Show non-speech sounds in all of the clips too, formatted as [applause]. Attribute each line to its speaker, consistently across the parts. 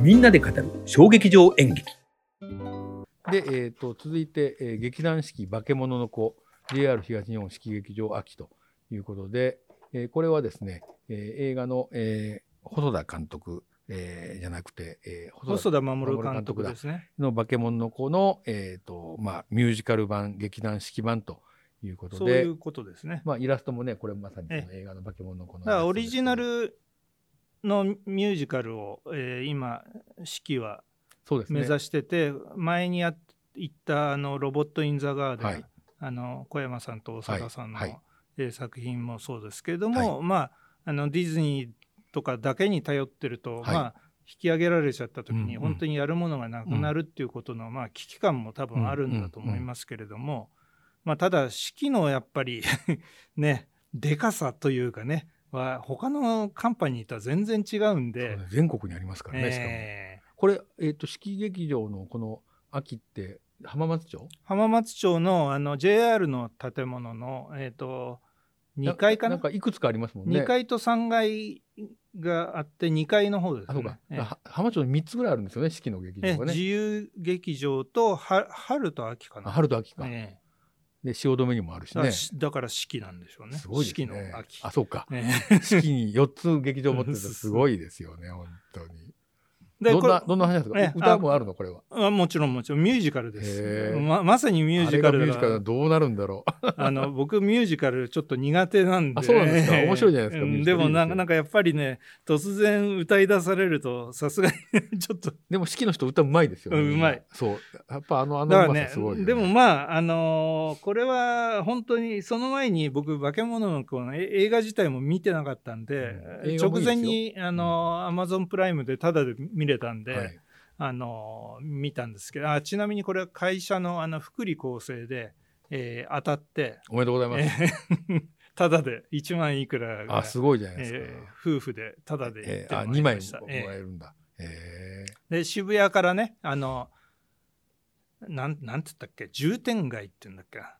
Speaker 1: みんなで語る小劇場演劇
Speaker 2: で、えー、と続いて、えー劇団四季化け物の子 JR 東日本四季劇場秋ということで、えーこれはですね、えー映画の、えー細田監督、えーじゃなくて、えー
Speaker 3: 細田守
Speaker 2: 守監
Speaker 3: 監
Speaker 2: 督
Speaker 3: 督
Speaker 2: だ
Speaker 3: ですね。
Speaker 2: の化け物の子の、えーとまあ、ミュージカル版劇団四季版ということ
Speaker 3: そう
Speaker 2: で
Speaker 3: いうことですね。
Speaker 2: まあ、イラストもねこれまさにその映画の化け物の子の
Speaker 3: だからオリジナ
Speaker 2: イラスト
Speaker 3: ルのミュージカルを、えー今、式は
Speaker 2: ですねそ
Speaker 3: 目
Speaker 2: うですね
Speaker 3: 指してて、前にやっ行ったあのロボット・イン・ザ・ガーデン、
Speaker 2: はい
Speaker 3: あの小山さんと大阪さんの、
Speaker 2: はいはい
Speaker 3: えー作品もそうですけれども、まあ、あのディズニーとかだけに頼ってると、
Speaker 2: はい
Speaker 3: まあ、引き上げられちゃった時
Speaker 2: うん
Speaker 3: に
Speaker 2: うん
Speaker 3: 本当にやるものがなくなるっていうことの、まあ、危機感も多分あるんだと思いますけれども、まあ、ただ式のやっぱり [laughs] ねでかさというかねは他のカンパニーとは全然違うんで。
Speaker 2: 全国にありますからね、しかも
Speaker 3: えー
Speaker 2: これ、えー、と四季劇場のこの秋って浜松町
Speaker 3: 浜松町のあの JR の建物の、えー、と
Speaker 2: な
Speaker 3: 2階か
Speaker 2: な
Speaker 3: なん
Speaker 2: かいくつかありますもんね。
Speaker 3: 2階と3階があって2階の方です
Speaker 2: あそ
Speaker 3: ね
Speaker 2: うか、
Speaker 3: ええ
Speaker 2: は浜町に3つぐらいあるんですよね四季の劇
Speaker 3: ええ
Speaker 2: 場が
Speaker 3: 自
Speaker 2: ね。
Speaker 3: 由劇場とは春と秋か
Speaker 2: あ
Speaker 3: な
Speaker 2: 春と秋か、
Speaker 3: え
Speaker 2: で汐留にもある
Speaker 3: え
Speaker 2: し
Speaker 3: だか
Speaker 2: ね
Speaker 3: らしだから四季なんでしょうね
Speaker 2: すごいで
Speaker 3: 四
Speaker 2: す
Speaker 3: 季
Speaker 2: ね
Speaker 3: の秋
Speaker 2: あそう
Speaker 3: [laughs]
Speaker 2: か
Speaker 3: ええ
Speaker 2: 四季に4つ劇場持ってたら
Speaker 3: [laughs]
Speaker 2: すごいですよね本当に。
Speaker 3: で
Speaker 2: どんな
Speaker 3: これ
Speaker 2: どんな話なんです
Speaker 3: え
Speaker 2: か
Speaker 3: え
Speaker 2: 歌もあるのこれは。
Speaker 3: あもちろんもちろんミュージカルで
Speaker 2: へ
Speaker 3: す
Speaker 2: え
Speaker 3: ままさにミュージカ
Speaker 2: あれがミュージ
Speaker 3: ルだか
Speaker 2: カル
Speaker 3: ら
Speaker 2: はどうなるんだろう。 [laughs]
Speaker 3: あの僕ミュージカルちょっと苦手なんで
Speaker 2: あそうなんですか
Speaker 3: ええ
Speaker 2: 面白いじゃないですか
Speaker 3: うん
Speaker 2: ミュージカ
Speaker 3: で
Speaker 2: ル
Speaker 3: もなん
Speaker 2: いいですよ
Speaker 3: かなんかやっぱりね突然歌い出されるとさすがにちょっと
Speaker 2: でも四季の人歌うまいですよね。
Speaker 3: うんうまい。
Speaker 2: そうやっぱあのあ
Speaker 3: だか
Speaker 2: の
Speaker 3: ら
Speaker 2: うまさ
Speaker 3: ね
Speaker 2: すごいよね、
Speaker 3: でもまああのーこれは本当にその前に僕「化け物の子のえ映画自体も見てなかったんで、
Speaker 2: うん映画
Speaker 3: 直
Speaker 2: もいいですよ
Speaker 3: 前にあの a z o n プライムでタダで見れたんで、
Speaker 2: はい
Speaker 3: あのー見たんですけどあちなみにこれは会社のあの福利厚生で、えー当たって、
Speaker 2: おめでとうございます。
Speaker 3: えータダで1万いくらが
Speaker 2: あすごいじゃないですか。
Speaker 3: えー夫婦でタダで行
Speaker 2: え
Speaker 3: って
Speaker 2: ー、あ
Speaker 3: まい
Speaker 2: 2
Speaker 3: り
Speaker 2: 枚
Speaker 3: ました、
Speaker 2: も
Speaker 3: えー
Speaker 2: らえるんだ。え
Speaker 3: で渋谷からねあのなんなんつったっけ重点街って言うんだっけな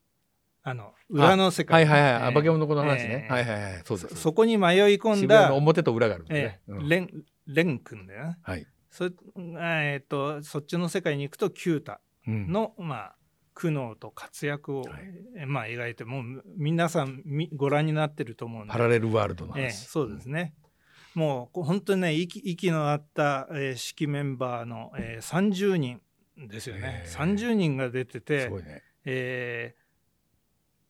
Speaker 3: あの裏の世
Speaker 2: ーは
Speaker 3: 界
Speaker 2: いはいはい、
Speaker 3: え
Speaker 2: あ
Speaker 3: ー
Speaker 2: 化け物の子の話ね、
Speaker 3: えー
Speaker 2: はいはいはい、そうです。
Speaker 3: そこに迷い込ん
Speaker 2: 渋谷
Speaker 3: だ
Speaker 2: の、表と裏があるんです
Speaker 3: え
Speaker 2: ね。
Speaker 3: え
Speaker 2: うん
Speaker 3: レンレン君だよね
Speaker 2: はい。
Speaker 3: そ,、えー、とそっちの世界に行くとキュータ
Speaker 2: うん
Speaker 3: の、まあ、苦悩と活躍を、
Speaker 2: はい
Speaker 3: えーまあ、描いてもう皆さんみご覧になってると思うんで
Speaker 2: パラレルワールドの話。
Speaker 3: ええ、そうですね。もうこう本当にね息息の合った、えー、式メンバーの、えー、30人ですよね、
Speaker 2: ええ
Speaker 3: 30人が出て
Speaker 2: うんす
Speaker 3: て
Speaker 2: ご、いね。
Speaker 3: えー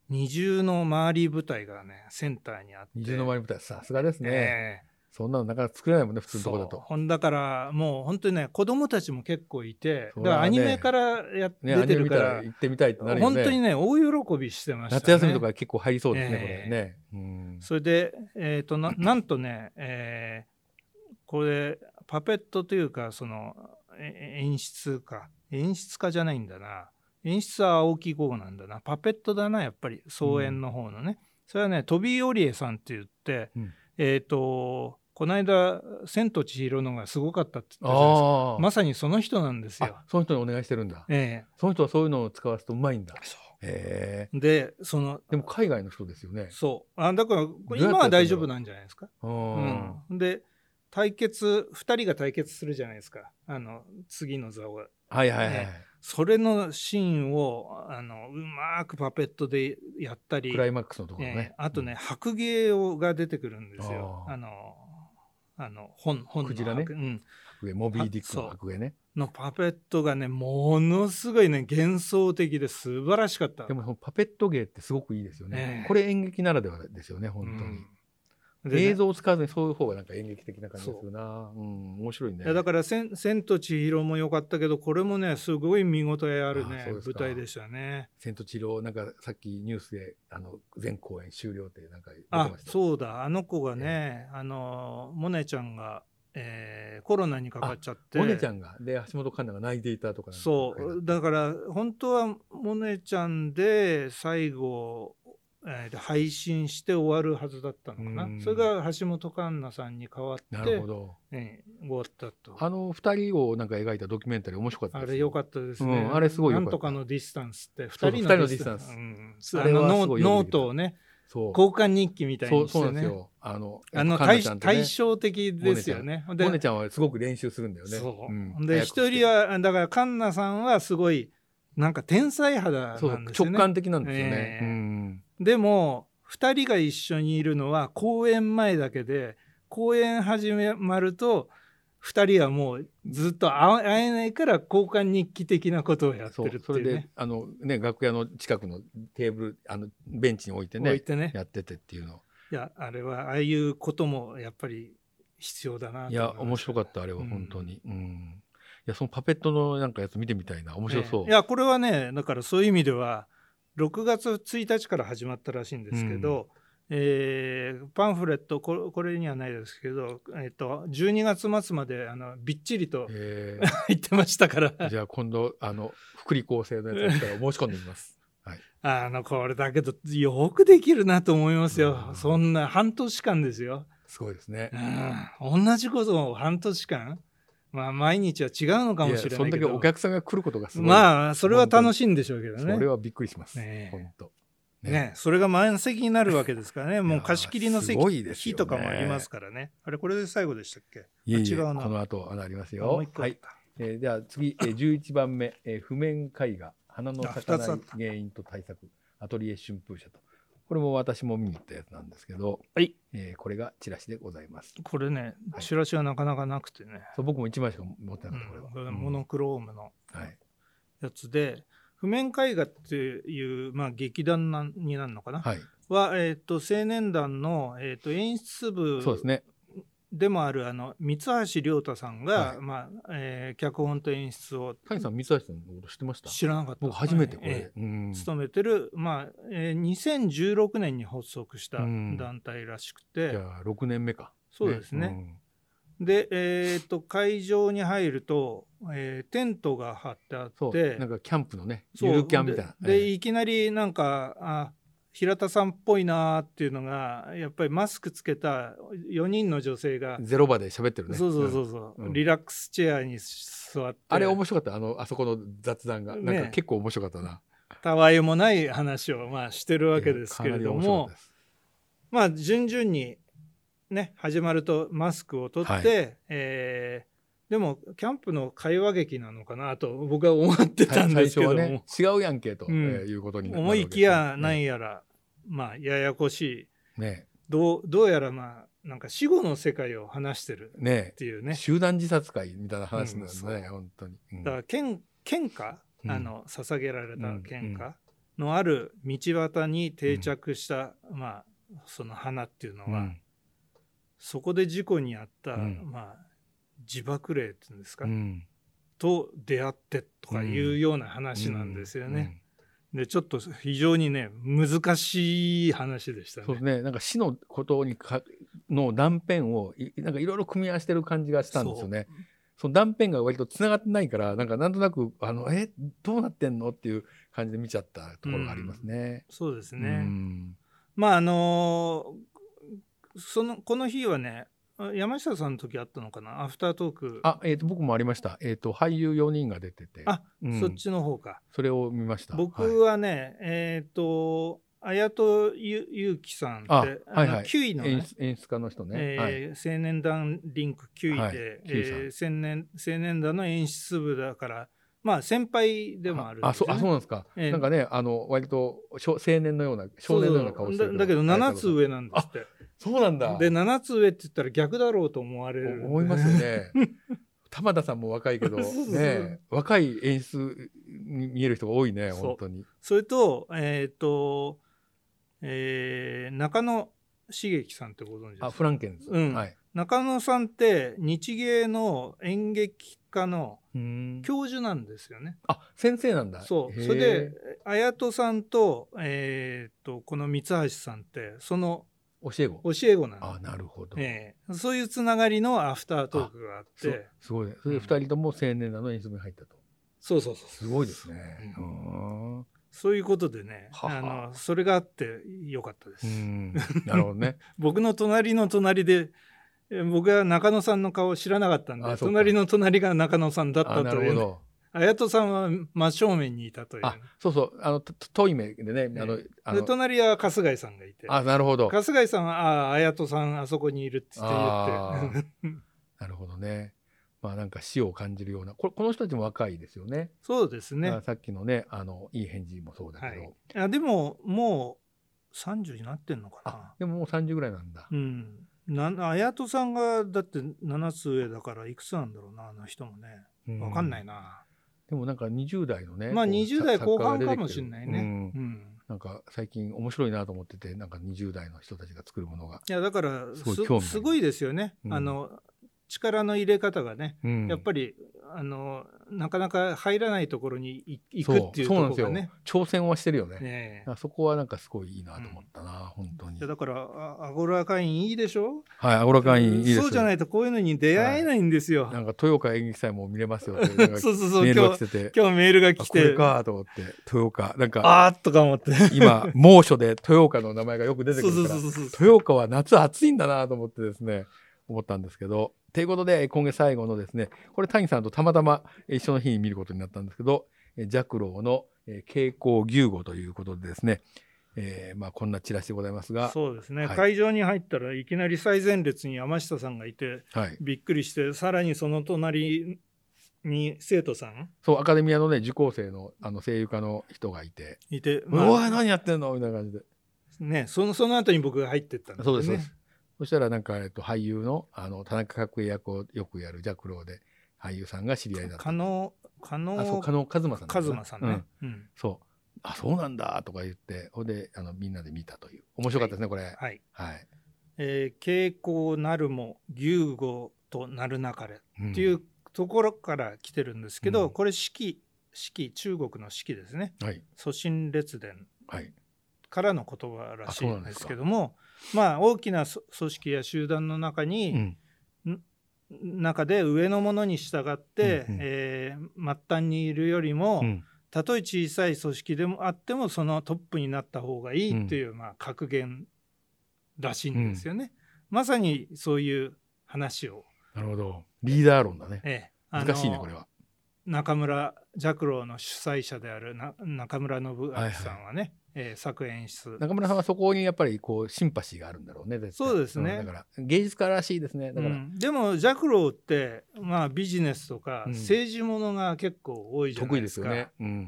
Speaker 3: 二重の周り舞台がねセンターにあって
Speaker 2: 二重の回り舞台、さすがですね、
Speaker 3: ええ
Speaker 2: そんなのなかなか作れないもんね、普通のとこだ
Speaker 3: そう
Speaker 2: と。
Speaker 3: ほんだからもう本当にね子供たちも結構いて、
Speaker 2: そ
Speaker 3: だ
Speaker 2: うだね
Speaker 3: からアニメからや、
Speaker 2: ね、
Speaker 3: 出
Speaker 2: アニメ
Speaker 3: てる
Speaker 2: 見た
Speaker 3: から
Speaker 2: 行ってみたいってなるよ
Speaker 3: 本
Speaker 2: ね。
Speaker 3: 当にね大喜びしてましたね
Speaker 2: 夏休みとか結構入りそうですね、
Speaker 3: ええ
Speaker 2: これね。うん。
Speaker 3: それで、えー、とななんとね、えーこれパペットというかそのえ演出家演出家じゃないんだな演出は青木剛なんだなパペットだなやっぱり総演の方のね、それはねトビー・オリエさんって言って、
Speaker 2: うん
Speaker 3: えっ、とこの間「千と千尋の」がすごかったって言ったじゃないです
Speaker 2: あ
Speaker 3: か
Speaker 2: あ、
Speaker 3: まさにその人なんですよ
Speaker 2: あ。その人にお願いしてるんだ。
Speaker 3: え
Speaker 2: その人はそういうのを使わすとうまいんだ
Speaker 3: え。
Speaker 2: ええ
Speaker 3: でその
Speaker 2: でも海外の人ですよね。
Speaker 3: そうあだから
Speaker 2: どうやってやってんだろう
Speaker 3: 今は大丈夫なんじゃないですか
Speaker 2: う
Speaker 3: うん、で対決2人が対決するじゃないですかあの次の座を
Speaker 2: はいはいはい。
Speaker 3: ねそれのシーンをあのうまくパペットでやったり
Speaker 2: クライマックスのところね。
Speaker 3: ええあとね白芸をが出てくるんですよ
Speaker 2: あー
Speaker 3: あのあの本本の
Speaker 2: クジラね
Speaker 3: 白うん、
Speaker 2: 白衣モビー・ディックの白衣ね。
Speaker 3: のパペットがねものすごいね幻想的で素晴らしかった
Speaker 2: でもそのパペット芸ってすごくいいですよね。
Speaker 3: ええ
Speaker 2: これ演劇ならではですよね、本
Speaker 3: うん
Speaker 2: 当
Speaker 3: で
Speaker 2: に。
Speaker 3: ね
Speaker 2: 映像を使わずにそういう方がなんか演劇的な感じがするな。うん、面白いね。
Speaker 3: いやだから千「千と千尋」も良かったけどこれもねすごい見応えある
Speaker 2: あ
Speaker 3: ね
Speaker 2: そうです
Speaker 3: 舞
Speaker 2: か
Speaker 3: 台でしたね。
Speaker 2: 千と千尋、なんかさっきニュースで、あの、全公演終了ってなんか出て
Speaker 3: あ
Speaker 2: ましたよ。
Speaker 3: そうだあの子がね、あのモネちゃんが、えーコロナにかかっちゃって
Speaker 2: お姉ちゃんが、で、橋本環奈が泣いていたとかなんか
Speaker 3: そうだから本当はモネちゃんで最後、えー配信して終わるはずだったのか
Speaker 2: う
Speaker 3: なんそれが橋本環奈さんに代わって
Speaker 2: なるほど。
Speaker 3: えー終わったと
Speaker 2: あの二人をなんか描いたドキュメンタリー面白かった
Speaker 3: あ
Speaker 2: です
Speaker 3: れ良かったですね、
Speaker 2: うんあれすごい良かっ
Speaker 3: な
Speaker 2: た
Speaker 3: んとかのディスタンスって、2
Speaker 2: そう
Speaker 3: 人の
Speaker 2: 二人のディスタンス
Speaker 3: うん
Speaker 2: あ
Speaker 3: あ
Speaker 2: れ
Speaker 3: の
Speaker 2: は
Speaker 3: ノ
Speaker 2: すごいよ
Speaker 3: ー
Speaker 2: くで
Speaker 3: ノー
Speaker 2: きた
Speaker 3: トをね、
Speaker 2: そう
Speaker 3: 交換日記みたい
Speaker 2: そ
Speaker 3: に
Speaker 2: う
Speaker 3: して
Speaker 2: そうなんです
Speaker 3: ね。
Speaker 2: よ。あの、
Speaker 3: あの
Speaker 2: カンナ
Speaker 3: 対
Speaker 2: ちゃんとね
Speaker 3: 対照的ですよね。
Speaker 2: モネちゃんはすごく練習するんだよね。
Speaker 3: そう、
Speaker 2: ん早
Speaker 3: で
Speaker 2: く
Speaker 3: 一人はだからカンナさんはすごいなんか天才肌なんです
Speaker 2: そ
Speaker 3: よ
Speaker 2: う
Speaker 3: ね。
Speaker 2: 直感的なんですよね
Speaker 3: え。え
Speaker 2: うん
Speaker 3: でも2人が一緒にいるのは公演前だけで公演始まると2人はもうずっと会え会えないから交換日記的なことをやって
Speaker 2: そう
Speaker 3: るって
Speaker 2: それ
Speaker 3: いう
Speaker 2: で
Speaker 3: ね。
Speaker 2: あのね楽屋の近くのテーブルあのベンチに置いて
Speaker 3: 置い
Speaker 2: ね
Speaker 3: てね
Speaker 2: やっててっていうの
Speaker 3: いやあれはああいうこともやっぱり必要だなと思
Speaker 2: いや面白かったあれは
Speaker 3: うん
Speaker 2: 本当に、うんいやそのパペットのなんかやつ見てみたいな面白そう、
Speaker 3: ええいやこれはねだからそういう意味では6月1日から始まったらしいんですけど、えーパンフレットこれこれにはないですけど、えっと12月末まであのびっちりと
Speaker 2: え [laughs]
Speaker 3: 入ってましたから
Speaker 2: ーじゃあ今度あの福利厚生のやつやったら申し込んでみ
Speaker 3: [laughs]
Speaker 2: ます
Speaker 3: あのこれだけどよくできるなと思いますよ、
Speaker 2: うん
Speaker 3: そんな半年間ですよ、
Speaker 2: すごいですね
Speaker 3: うん、同じことを半年間まあ毎日は違うのかもしれ
Speaker 2: やそ
Speaker 3: ない
Speaker 2: ん
Speaker 3: け
Speaker 2: だけ
Speaker 3: ど
Speaker 2: お客さんが来ることがすごい、
Speaker 3: まあそれは楽しいんでしょうけど
Speaker 2: そ
Speaker 3: ね
Speaker 2: れはびっくりします、
Speaker 3: ねえ
Speaker 2: 本当
Speaker 3: ねそれが満席になるわけですからね、もう貸し切りの
Speaker 2: [laughs] いや
Speaker 3: 席、
Speaker 2: ーすごいですよね
Speaker 3: 日とかもありますからね。あれ、これで最後でしたっけ
Speaker 2: いえいえ
Speaker 3: 違うな
Speaker 2: この後あのあります
Speaker 3: も
Speaker 2: よ
Speaker 3: う一個
Speaker 2: は
Speaker 3: あっ
Speaker 2: い、
Speaker 3: た、
Speaker 2: えー、では次、えー、11番目、えー、譜面絵画花の咲かな
Speaker 3: あ二つあ
Speaker 2: い
Speaker 3: った
Speaker 2: 原因と対策アトリエ春風社とこれも私も見に行ったやつなんですけど、
Speaker 3: はい
Speaker 2: えーこれがチラシでございます
Speaker 3: これね、
Speaker 2: はい
Speaker 3: チラシはなかなかなくてね、
Speaker 2: そう僕も一枚しか持ってな
Speaker 3: う
Speaker 2: かっ
Speaker 3: ん
Speaker 2: たこれは、
Speaker 3: これ
Speaker 2: うん
Speaker 3: モノクロームの
Speaker 2: はい
Speaker 3: やつで、譜面絵画っていう、まあ、劇団なんになるのかな、は
Speaker 2: はい、
Speaker 3: えっと青年団の、えっと演出部
Speaker 2: そうですね
Speaker 3: でもあるあの三橋亮太さんが、
Speaker 2: はい
Speaker 3: まあえー脚本と演出を
Speaker 2: 谷さん三橋さんのこと知ってました
Speaker 3: 知らなかった。
Speaker 2: 僕初めてこれ、
Speaker 3: ええ
Speaker 2: うん
Speaker 3: 勤めてる、まあえー2016年に発足した
Speaker 2: うん
Speaker 3: 団体らしくて、
Speaker 2: じゃあ6年目か
Speaker 3: そうですね
Speaker 2: うん
Speaker 3: で、えー、と会場に入ると、えーテントが張ってあっ
Speaker 2: そう
Speaker 3: て
Speaker 2: なんかキャンプのね
Speaker 3: そう
Speaker 2: ゆるキャンみたいな
Speaker 3: でで
Speaker 2: ええ
Speaker 3: いきなりなんかあ平田さんっぽいなーっていうのがやっぱりマスクつけた4人の女性が、
Speaker 2: ゼロ場で喋ってるね
Speaker 3: そうそうそううんそう、
Speaker 2: ん
Speaker 3: リラックスチェアに座って
Speaker 2: あれ面白かったあのあそこの雑談がなんか
Speaker 3: ね
Speaker 2: 結構面白かったな、
Speaker 3: たわいもない話を、まあ、してるわけですけれど
Speaker 2: かなり面白か
Speaker 3: も
Speaker 2: った。です
Speaker 3: まあ順々にね始まるとマスクを取って、えーでもキャンプの会話劇なのかなと僕は思ってた [laughs] んですけども、
Speaker 2: 最初はね違うやんけと、
Speaker 3: うん
Speaker 2: えーいうことになるわ
Speaker 3: 思
Speaker 2: けです
Speaker 3: いきやなんやら、まあややこしい
Speaker 2: ね
Speaker 3: どうどうやらまあなんか死後の世界を話してる
Speaker 2: ねね
Speaker 3: っていうね
Speaker 2: 集団自殺会みたいな話なんです
Speaker 3: うん
Speaker 2: ね、
Speaker 3: そ
Speaker 2: 本当に、うん
Speaker 3: だから献献花、
Speaker 2: うん
Speaker 3: あの捧げられた献
Speaker 2: うんう
Speaker 3: 花のある道端に定着した、まあその花っていうの
Speaker 2: う
Speaker 3: は、
Speaker 2: ん
Speaker 3: そこで事故に遭った、
Speaker 2: うん
Speaker 3: まあ自爆霊っていうんですか、
Speaker 2: うん
Speaker 3: と出会ってとかいうような話なんですよね。
Speaker 2: うん
Speaker 3: でちょっと非常にね難しい話でした
Speaker 2: そうで
Speaker 3: ね
Speaker 2: す。ね。なんか死のことにかの断片をいなんかいろいろ組み合わせてる感じがしたんですよね。その断片が割と繋がってないから、なんかなんとなくあのえどうなってんのっていう感じで見ちゃったところがありますね。
Speaker 3: そうです
Speaker 2: う
Speaker 3: ね。
Speaker 2: ん
Speaker 3: まああのーそのこの日はねあ山下さんの時あったのかなアフタートーク
Speaker 2: あ、えっ、と僕もありました。えっ、と俳優4人が出てて、
Speaker 3: あ
Speaker 2: うん
Speaker 3: そっちの方か。
Speaker 2: それを見ました。
Speaker 3: 僕
Speaker 2: は
Speaker 3: はね、えっ、と綾戸ゆゆきさんって
Speaker 2: あはいはい
Speaker 3: あの9位
Speaker 2: い
Speaker 3: の、
Speaker 2: 演
Speaker 3: ね
Speaker 2: 出演出家の人ね。
Speaker 3: え
Speaker 2: はい。
Speaker 3: ー青年団リンク9位で、
Speaker 2: はい
Speaker 3: え
Speaker 2: 9位さん
Speaker 3: ー青年青年団の演出部だから、まあ、先輩でもあるん
Speaker 2: あ
Speaker 3: です
Speaker 2: そう
Speaker 3: よ
Speaker 2: あ
Speaker 3: ね
Speaker 2: そうなんですか、
Speaker 3: ええ
Speaker 2: なんかねあの割と少青年のような少年のような顔してる
Speaker 3: そうそうだだけど7つ上なんですって
Speaker 2: そうなんだ
Speaker 3: で7つ上って言ったら逆だろうと思われる
Speaker 2: 思いますよ
Speaker 3: [laughs]
Speaker 2: ね。玉田さんも若いけど、
Speaker 3: そうそうそう
Speaker 2: ね、若い演出に見える人が多いね、
Speaker 3: そう
Speaker 2: 本当に。
Speaker 3: それとえっ、と、えー中野茂樹さんってご存知で
Speaker 2: あ、
Speaker 3: す
Speaker 2: フ
Speaker 3: か
Speaker 2: ランケンズ。
Speaker 3: うん
Speaker 2: はい。
Speaker 3: 中野さんって日芸の演劇科の教授なんですよね
Speaker 2: あ、先生なんだ。
Speaker 3: そう
Speaker 2: へー
Speaker 3: それで綾戸さんと,、えー、とこの三橋さんってその
Speaker 2: 教え子。
Speaker 3: 教え子なん
Speaker 2: あ、
Speaker 3: で、
Speaker 2: なるほど。
Speaker 3: ええそういうつながりのアフタートークがあっ
Speaker 2: そ
Speaker 3: て
Speaker 2: うすごいね。それで二人とも青年団の演出部に入ったと。
Speaker 3: そうそうそう
Speaker 2: すごいですね。
Speaker 3: う
Speaker 2: うん。
Speaker 3: そういうことでね
Speaker 2: はは
Speaker 3: あのそれがあってよかったです、
Speaker 2: うんなるほどね。
Speaker 3: 僕の隣の隣でえ僕は中野さんの顔を知らなかったんで
Speaker 2: あそうか
Speaker 3: 隣の隣が中野さんだっ
Speaker 2: あ、
Speaker 3: た
Speaker 2: な
Speaker 3: と
Speaker 2: る
Speaker 3: い
Speaker 2: ほ
Speaker 3: うね
Speaker 2: ど。
Speaker 3: [laughs] あ綾戸さんは真正面にいたというね、
Speaker 2: あそうそうあのとと遠い目でねあの
Speaker 3: ね
Speaker 2: あ
Speaker 3: で
Speaker 2: の
Speaker 3: 隣は春日井さんがいて
Speaker 2: あなるほど
Speaker 3: 春日井さんは「ああ綾戸さんあそこにいる」って言って言って
Speaker 2: なるほどねまあなんか死を感じるようなこれこの人たちも若いですよね
Speaker 3: そうですね
Speaker 2: あさっきのねあのいい返事もそうだけど、
Speaker 3: はいあでももう30になってんのか
Speaker 2: あ
Speaker 3: な
Speaker 2: でももう30ぐらいなんだ、
Speaker 3: うんな綾戸さんがだって7つ上だからいくつなんだろうなあの人もね
Speaker 2: う
Speaker 3: 分かんないな、
Speaker 2: でもなんか20代のね
Speaker 3: まあ
Speaker 2: こう
Speaker 3: 20代
Speaker 2: 作
Speaker 3: 後
Speaker 2: 家が
Speaker 3: 半
Speaker 2: 出てきてる
Speaker 3: かもしれないね、
Speaker 2: う
Speaker 3: うんん
Speaker 2: なんか最近面白いなと思っててなんか20代の人たちが作るものが、
Speaker 3: いやだから
Speaker 2: す
Speaker 3: す
Speaker 2: ごい興味あ
Speaker 3: す
Speaker 2: る
Speaker 3: ごいですよね、
Speaker 2: うん
Speaker 3: あの力の入れ方がねやっぱ
Speaker 2: り
Speaker 3: りあのなかなか入らないところにい行くって
Speaker 2: そ
Speaker 3: いうと
Speaker 2: う
Speaker 3: こ
Speaker 2: なん
Speaker 3: ろ
Speaker 2: です
Speaker 3: が
Speaker 2: よ、
Speaker 3: ね
Speaker 2: 挑戦はしてるよね
Speaker 3: ねえ
Speaker 2: あそこはなんかすごいいいなと思ったな、本当に
Speaker 3: いやだからあアゴラ会員いいでしょ
Speaker 2: はいアゴラ会員いいです
Speaker 3: そうじゃないいとこういうのに出会えないんですよ、
Speaker 2: なんか豊岡演劇祭も見れますよってなんか
Speaker 3: [laughs] そうそうそう
Speaker 2: メール
Speaker 3: 今
Speaker 2: が来
Speaker 3: 日
Speaker 2: てて
Speaker 3: 今日メールが
Speaker 2: あ
Speaker 3: 来
Speaker 2: これ
Speaker 3: て
Speaker 2: かと思って豊岡なんか
Speaker 3: あーっとか思
Speaker 2: [laughs]
Speaker 3: って
Speaker 2: 今猛暑で豊岡の名前がよく出てく
Speaker 3: そ
Speaker 2: る
Speaker 3: うそう
Speaker 2: から
Speaker 3: そうそう
Speaker 2: 豊岡は夏暑いんだなと思ってですね思ったんですけどということで今月最後のですねこれ谷さんとたまたま一緒の日に見ることになったんですけどえ若老のえ蛍光牛語ということでですね、えーまあ、こんなチラシでございますが、
Speaker 3: そうですね、
Speaker 2: はい
Speaker 3: 会場に入ったらいきなり最前列に山下さんがいて
Speaker 2: はい、
Speaker 3: びっくりしてさらにその隣に生徒さん
Speaker 2: そうアカデミアのね受講生のあの声優家の人がいて
Speaker 3: いて、
Speaker 2: 「
Speaker 3: ま
Speaker 2: おい
Speaker 3: あ
Speaker 2: 何やってんの?」みたいな感じで
Speaker 3: ね、そのその後に僕が入ってったんだ
Speaker 2: そう
Speaker 3: よ
Speaker 2: です、そうで
Speaker 3: ね
Speaker 2: す。そしたらなんか、えっと、俳優の、あの、田中角栄役をよくやるジャクローで、俳優さんが知り合いだった。
Speaker 3: 加納加納
Speaker 2: あ、そう、加納和馬さんだった
Speaker 3: 和
Speaker 2: な。
Speaker 3: 馬さん
Speaker 2: う
Speaker 3: ね、うん
Speaker 2: そう。あ、そうなんだとか言って、ほんで、あの、みんなで見たという。面白かったですね、これ。
Speaker 3: はい
Speaker 2: はい。
Speaker 3: えー蛍光なるも牛語となるなかれ」
Speaker 2: うん
Speaker 3: っていうところから来てるんですけ
Speaker 2: う
Speaker 3: ど、
Speaker 2: ん
Speaker 3: これ四季四季中国の四季ですね
Speaker 2: はい。
Speaker 3: 祖神列伝
Speaker 2: はい。
Speaker 3: からの言葉らしい
Speaker 2: あそうなん
Speaker 3: ん
Speaker 2: で
Speaker 3: です
Speaker 2: か
Speaker 3: すけどもまあ大きなそ組織や集団の中
Speaker 2: う
Speaker 3: に、
Speaker 2: ん。
Speaker 3: 中で上のものに従って、
Speaker 2: うんうん
Speaker 3: えー末端にいるよりも、
Speaker 2: うん
Speaker 3: たとえ小さい組織でもあってもそのトップになった方がいいっていう、まあ、格言らしいんですよね、まさにそういう話を、
Speaker 2: なるほど。リーダー論だね。
Speaker 3: ええあの
Speaker 2: 難しいね、これは。
Speaker 3: 中村寂郎の主催者であるな中村信明さんはね、えー作演出
Speaker 2: 中村さんはそこにやっぱり、こう、シンパシーがあるんだろうね、絶対
Speaker 3: そうですね
Speaker 2: んだから、芸術家らしいですね。だか
Speaker 3: う
Speaker 2: ら、
Speaker 3: んでも寂郎って、まあ、ビジネスとか
Speaker 2: うん
Speaker 3: 政治ものが結構多いじゃな
Speaker 2: 得
Speaker 3: い
Speaker 2: 意
Speaker 3: で
Speaker 2: です
Speaker 3: す
Speaker 2: よ
Speaker 3: か、
Speaker 2: ね。うん。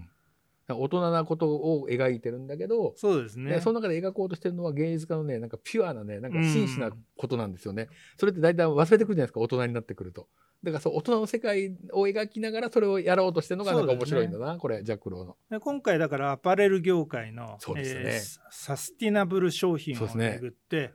Speaker 2: だから大人なことを描いてるんだけど、
Speaker 3: そうですね
Speaker 2: ね、その中で描こうとしてるのは芸術家のねなんかピュアなねなんか真摯なことなんですよね、それって大体忘れてくるじゃないですか大人になってくるとだからそう大人の世界を描きながらそれをやろうとしてるのがなんか面白いんだな、これジャック・ローの
Speaker 3: で今回だからアパレル業界の、
Speaker 2: そうですね
Speaker 3: えーサスティナブル商品
Speaker 2: そう
Speaker 3: を
Speaker 2: ですね
Speaker 3: めぐって、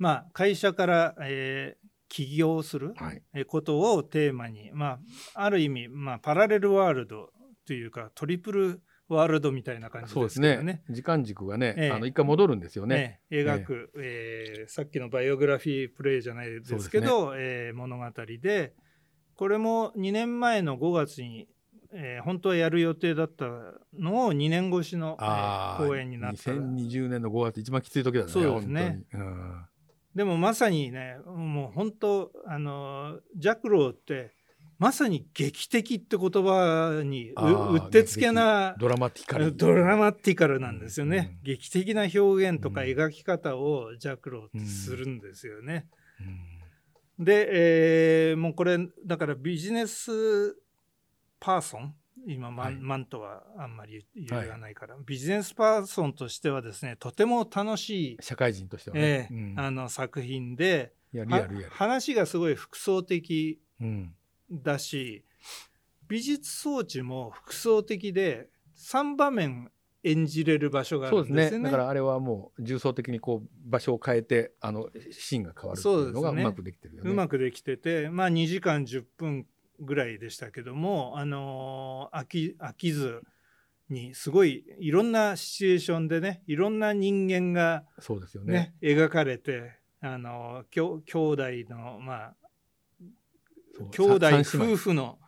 Speaker 3: まあ、会社から、えー起業する
Speaker 2: はい、
Speaker 3: えーことをテーマに、まあ、ある意味、まあ、パラレルワールドというかトリプルワールドみたいな感じ
Speaker 2: そうで
Speaker 3: で
Speaker 2: すす
Speaker 3: け
Speaker 2: ね
Speaker 3: どね
Speaker 2: 時間軸がね、
Speaker 3: ええ
Speaker 2: あの一回戻るんですよね
Speaker 3: ね描く、えーさっきのバイオグラフィープレイじゃないですけどえー物語でこれも2年前の5月に、えー本当はやる予定だったのを2年越しの、えー
Speaker 2: ああ
Speaker 3: 公演になった
Speaker 2: 2020年の5月一番きつい時だね
Speaker 3: そうですね
Speaker 2: 本当にうん
Speaker 3: でもまさにねもう本当あのジャクローってまさに劇的って言葉にう
Speaker 2: あー
Speaker 3: うってつけな
Speaker 2: ドラマティカル
Speaker 3: ドラマティカルなんですよ
Speaker 2: う
Speaker 3: ね、
Speaker 2: ん
Speaker 3: 劇的な表現とか
Speaker 2: うん
Speaker 3: 描き方をジャクローってするんですよね、
Speaker 2: うん
Speaker 3: で、えーもうこれだからビジネスパーソン今マン,、
Speaker 2: はい
Speaker 3: マンとはあんまり言言わないから、ビジネスパーソンとしてはですねとても楽しい、
Speaker 2: 社会人としてはね、
Speaker 3: えー
Speaker 2: うん
Speaker 3: あの作品で
Speaker 2: いやリア
Speaker 3: は
Speaker 2: ルリアル、
Speaker 3: 話がすごい複層的
Speaker 2: うん
Speaker 3: だし美術装置も複層的で3場面演じれる場所があ
Speaker 2: そう
Speaker 3: る
Speaker 2: で
Speaker 3: ん
Speaker 2: すね
Speaker 3: ですよね。
Speaker 2: だからあれはもう重層的にこう場所を変えてあのシーンが変わるっていうのが
Speaker 3: そう
Speaker 2: う
Speaker 3: ですね
Speaker 2: まくできてるよね。
Speaker 3: うまくできてて、まあ、2時間10分ぐらいでしたけども、あのー飽き飽きずにすごいいろんなシチュエーションでねいろんな人間が、
Speaker 2: そうですよね
Speaker 3: ね描かれて、あのーきょ兄弟の、まあ、
Speaker 2: そう
Speaker 3: 兄弟
Speaker 2: さ三姉
Speaker 3: 夫婦の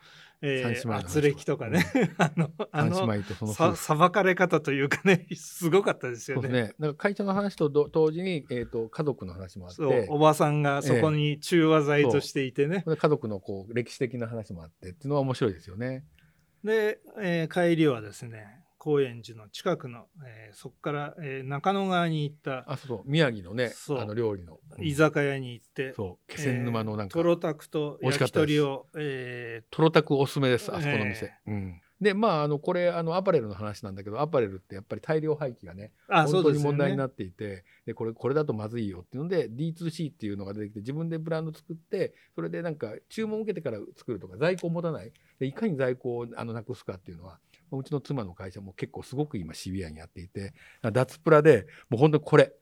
Speaker 3: え
Speaker 2: 三姉妹の話とか
Speaker 3: ー圧力とかね、 [laughs] あのあ
Speaker 2: 妹三
Speaker 3: の
Speaker 2: 姉妹とその夫
Speaker 3: さ
Speaker 2: 婦
Speaker 3: 裁かれ方というかね [laughs] すごかったです
Speaker 2: そ
Speaker 3: よ
Speaker 2: うで
Speaker 3: ね。
Speaker 2: すねなんか会社の話とど同時に、えー、と家族の話もあって
Speaker 3: そうおばさんがそこに中和剤としていてね、
Speaker 2: これ家族のこう歴史的な話もあってっていうのは面白いですよね。
Speaker 3: で、えー帰りはですね高円寺の近くの、えーそこから、えー中野川に行った
Speaker 2: あ、そうそう、宮城のね、
Speaker 3: そう
Speaker 2: あの料理の。うん
Speaker 3: 居酒屋に行って、
Speaker 2: そう、気仙沼のなんか、
Speaker 3: えートロタクと
Speaker 2: 美味しか
Speaker 3: 焼
Speaker 2: っ
Speaker 3: き
Speaker 2: たです
Speaker 3: 鳥を、え
Speaker 2: トロタクおすすめです、あそこの
Speaker 3: え
Speaker 2: 店。うんで、まあ、あの、これ、あの、アパレルの話なんだけど、アパレルってやっぱり大量廃棄がね、
Speaker 3: ーあそ
Speaker 2: 本
Speaker 3: う
Speaker 2: 当
Speaker 3: で
Speaker 2: に
Speaker 3: すよ
Speaker 2: 問題に
Speaker 3: ね
Speaker 2: なっていて、でこれこれだとまずいよっていうので D2C っていうのが出てきて自分でブランド作ってそれでなんか注文を受けてから作るとか在庫を持たないでいかに在庫をあのなくすかっていうのはうちの妻の会社も結構すごく今シビアにやっていて脱プラでもう本当にこれ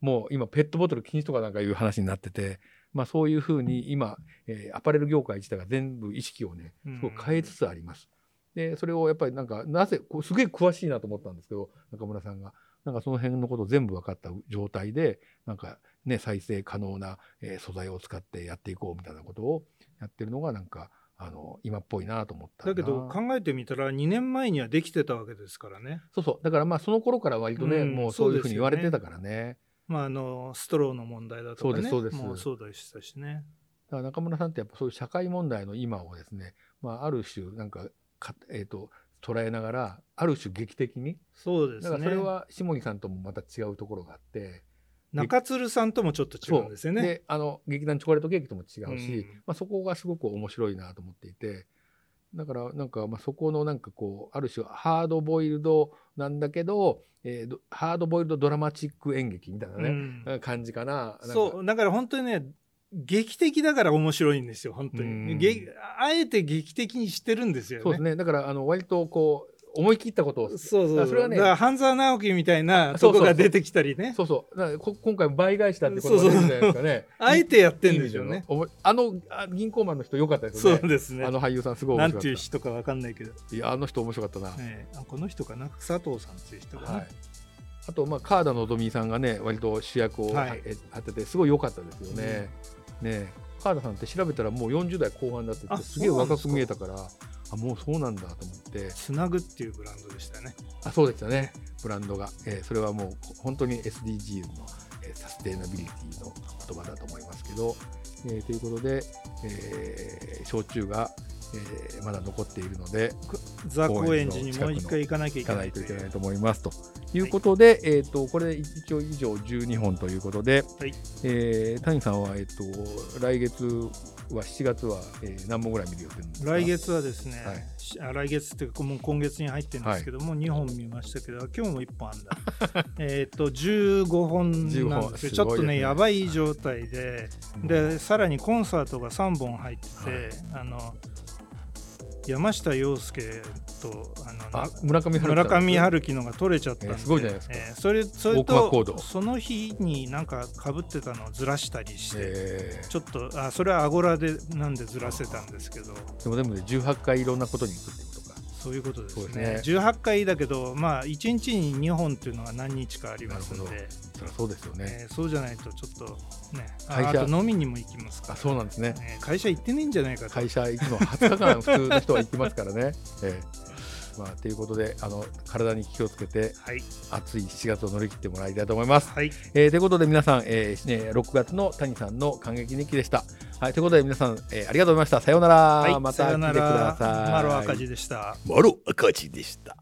Speaker 2: もう今ペットボトル禁止とかなんかいう話になってて、まあ、そういうふうに今、えーアパレル業界自体が全部意識をね
Speaker 3: うん
Speaker 2: すごく変えつつあります。でそれをやっぱりなんかなぜこうすげえ詳しいなと思ったんですけど中村さんがなんかその辺のことを全部分かった状態でなんかね再生可能な、えー素材を使ってやっていこうみたいなことをやってるのがなんかあの今っぽいなと思ったな
Speaker 3: だけど考えてみたら2年前にはできてたわけですからね、
Speaker 2: そうそうだからまあその頃から割とね、
Speaker 3: うん
Speaker 2: もうそういうふ
Speaker 3: そ
Speaker 2: う
Speaker 3: うです
Speaker 2: に
Speaker 3: よね
Speaker 2: 言われてたからね
Speaker 3: まあ、あのストローの問題だとかね
Speaker 2: そうですそうです
Speaker 3: もうそうでしたしね
Speaker 2: だから中村さんってやっぱそういう社会問題の今をですね、まあ、ある種なんかか、えー、と捉えながらある種劇的に
Speaker 3: そうです
Speaker 2: だ
Speaker 3: ね
Speaker 2: からそれは下木さんともまた違うところがあって
Speaker 3: 中鶴さんともちょっと違うんですよね
Speaker 2: であの劇団チョコレートケーキとも違うし、
Speaker 3: うん
Speaker 2: まあ、そこがすごく面白いなと思っていてだからなんかまあそこのなんかこうある種ハードボイルドなんだけど、えーどハードボイルドドラマチック演劇みたいな
Speaker 3: う
Speaker 2: ね、
Speaker 3: ん
Speaker 2: 感じかななんか
Speaker 3: そうだから本当にね劇的だから面白いんですよ本当
Speaker 2: う
Speaker 3: に
Speaker 2: ん
Speaker 3: げあえて劇的にしてるんですよね
Speaker 2: そうですねだからあの割とこう思い切ったことを
Speaker 3: そうそうそ
Speaker 2: だ
Speaker 3: う
Speaker 2: からそれはね
Speaker 3: だから半沢直樹みたい
Speaker 2: そう
Speaker 3: なと
Speaker 2: そう
Speaker 3: こ
Speaker 2: そう
Speaker 3: が出てきたりね
Speaker 2: そうそうだからこ今回倍返しだってことが出てるじゃないですかね
Speaker 3: [laughs] あえてやって
Speaker 2: い
Speaker 3: ん
Speaker 2: い
Speaker 3: でしょうね
Speaker 2: おもあのあ銀行マンの人良かったです
Speaker 3: そ
Speaker 2: よね
Speaker 3: うですね
Speaker 2: あの俳優さんすごい
Speaker 3: な
Speaker 2: 面
Speaker 3: ん
Speaker 2: 白
Speaker 3: ていう
Speaker 2: かっ
Speaker 3: 人かわかんないけど、
Speaker 2: たいやあの人面白かったな、
Speaker 3: ええあこの人かな佐藤さんっていう人かな、
Speaker 2: はい、あと、まあ、川田希美さんがね割と主役を、
Speaker 3: はい
Speaker 2: え当ててすごい良かったですよね。ね川田さんって調べたらもう40代後半だって言
Speaker 3: あ
Speaker 2: ってすげえ
Speaker 3: そうなんで
Speaker 2: 若
Speaker 3: すか
Speaker 2: く見えたからあもうそうなんだと思って
Speaker 3: つなぐっていうブランドでしたね
Speaker 2: あそうでしたねブランドが、えーそれはもう本当に SDGs の、えーサステイナビリティの言葉だと思いますけど、えーということで、えー焼酎が、えーまだ残っているので
Speaker 3: ザ・高
Speaker 2: 高
Speaker 3: 円
Speaker 2: 円
Speaker 3: 寺
Speaker 2: 寺の
Speaker 3: にもう一回行かなきゃい
Speaker 2: い
Speaker 3: け
Speaker 2: か
Speaker 3: な
Speaker 2: ないい
Speaker 3: と
Speaker 2: と
Speaker 3: い
Speaker 2: いけないうと思いますということで、えー、とこれ一応以上12本ということで、
Speaker 3: はい
Speaker 2: えー谷さんは、えー、と来月は7月は、えー何本ぐらい見る予定なんですか
Speaker 3: 来月はですね、
Speaker 2: はい
Speaker 3: しあ来月っていうかもう今月に入ってるんですけども、2本見ましたけど今日も1本あんだ
Speaker 2: [laughs]
Speaker 3: えっと15本なんですけどち
Speaker 2: 15本
Speaker 3: ょっと
Speaker 2: すごいです
Speaker 3: ね
Speaker 2: ね
Speaker 3: やばい状態で、でさらにコンサートが3本入ってて、あの山下洋介とあの
Speaker 2: あ村上春樹さん
Speaker 3: 村上春樹のが取れちゃったんで、
Speaker 2: えーすごいじゃないですか
Speaker 3: えーそれそれ
Speaker 2: 大熊講
Speaker 3: と
Speaker 2: 堂
Speaker 3: その日になんかかぶってたのをずらしたりして、
Speaker 2: えー
Speaker 3: ちょっとあそれはアゴラでなんでずらせたんですけど
Speaker 2: でもでもね18回いろんなことに行くってことか
Speaker 3: そういうことです
Speaker 2: そう
Speaker 3: ね
Speaker 2: です
Speaker 3: 18回だけどまあ1日に2本っていうのは何日かありますの
Speaker 2: なる
Speaker 3: で、
Speaker 2: そりゃそうですよね、
Speaker 3: えーそうじゃないとちょっとね
Speaker 2: 会
Speaker 3: あ
Speaker 2: 社
Speaker 3: あと飲みにも行きますか
Speaker 2: あそうなんですね
Speaker 3: ら、ね会社行ってねえんじゃないかと
Speaker 2: 会社行くの20日
Speaker 3: [laughs]
Speaker 2: 間普通の人は行きますからね、えーまあ、ということであの体に気をつけて
Speaker 3: はい
Speaker 2: 暑い7月を乗り切ってもらいたいと思います
Speaker 3: はい
Speaker 2: えーということで皆さん、えーね6月の谷さんの感激日記でした。はい、ということで皆さん、えーありがとうございました。さようなら。
Speaker 3: はい
Speaker 2: ま
Speaker 3: さ
Speaker 2: た
Speaker 3: よ
Speaker 2: 来
Speaker 3: な
Speaker 2: てく
Speaker 3: ら
Speaker 2: ださい。
Speaker 3: マロ赤字でした
Speaker 1: マロ赤字でした。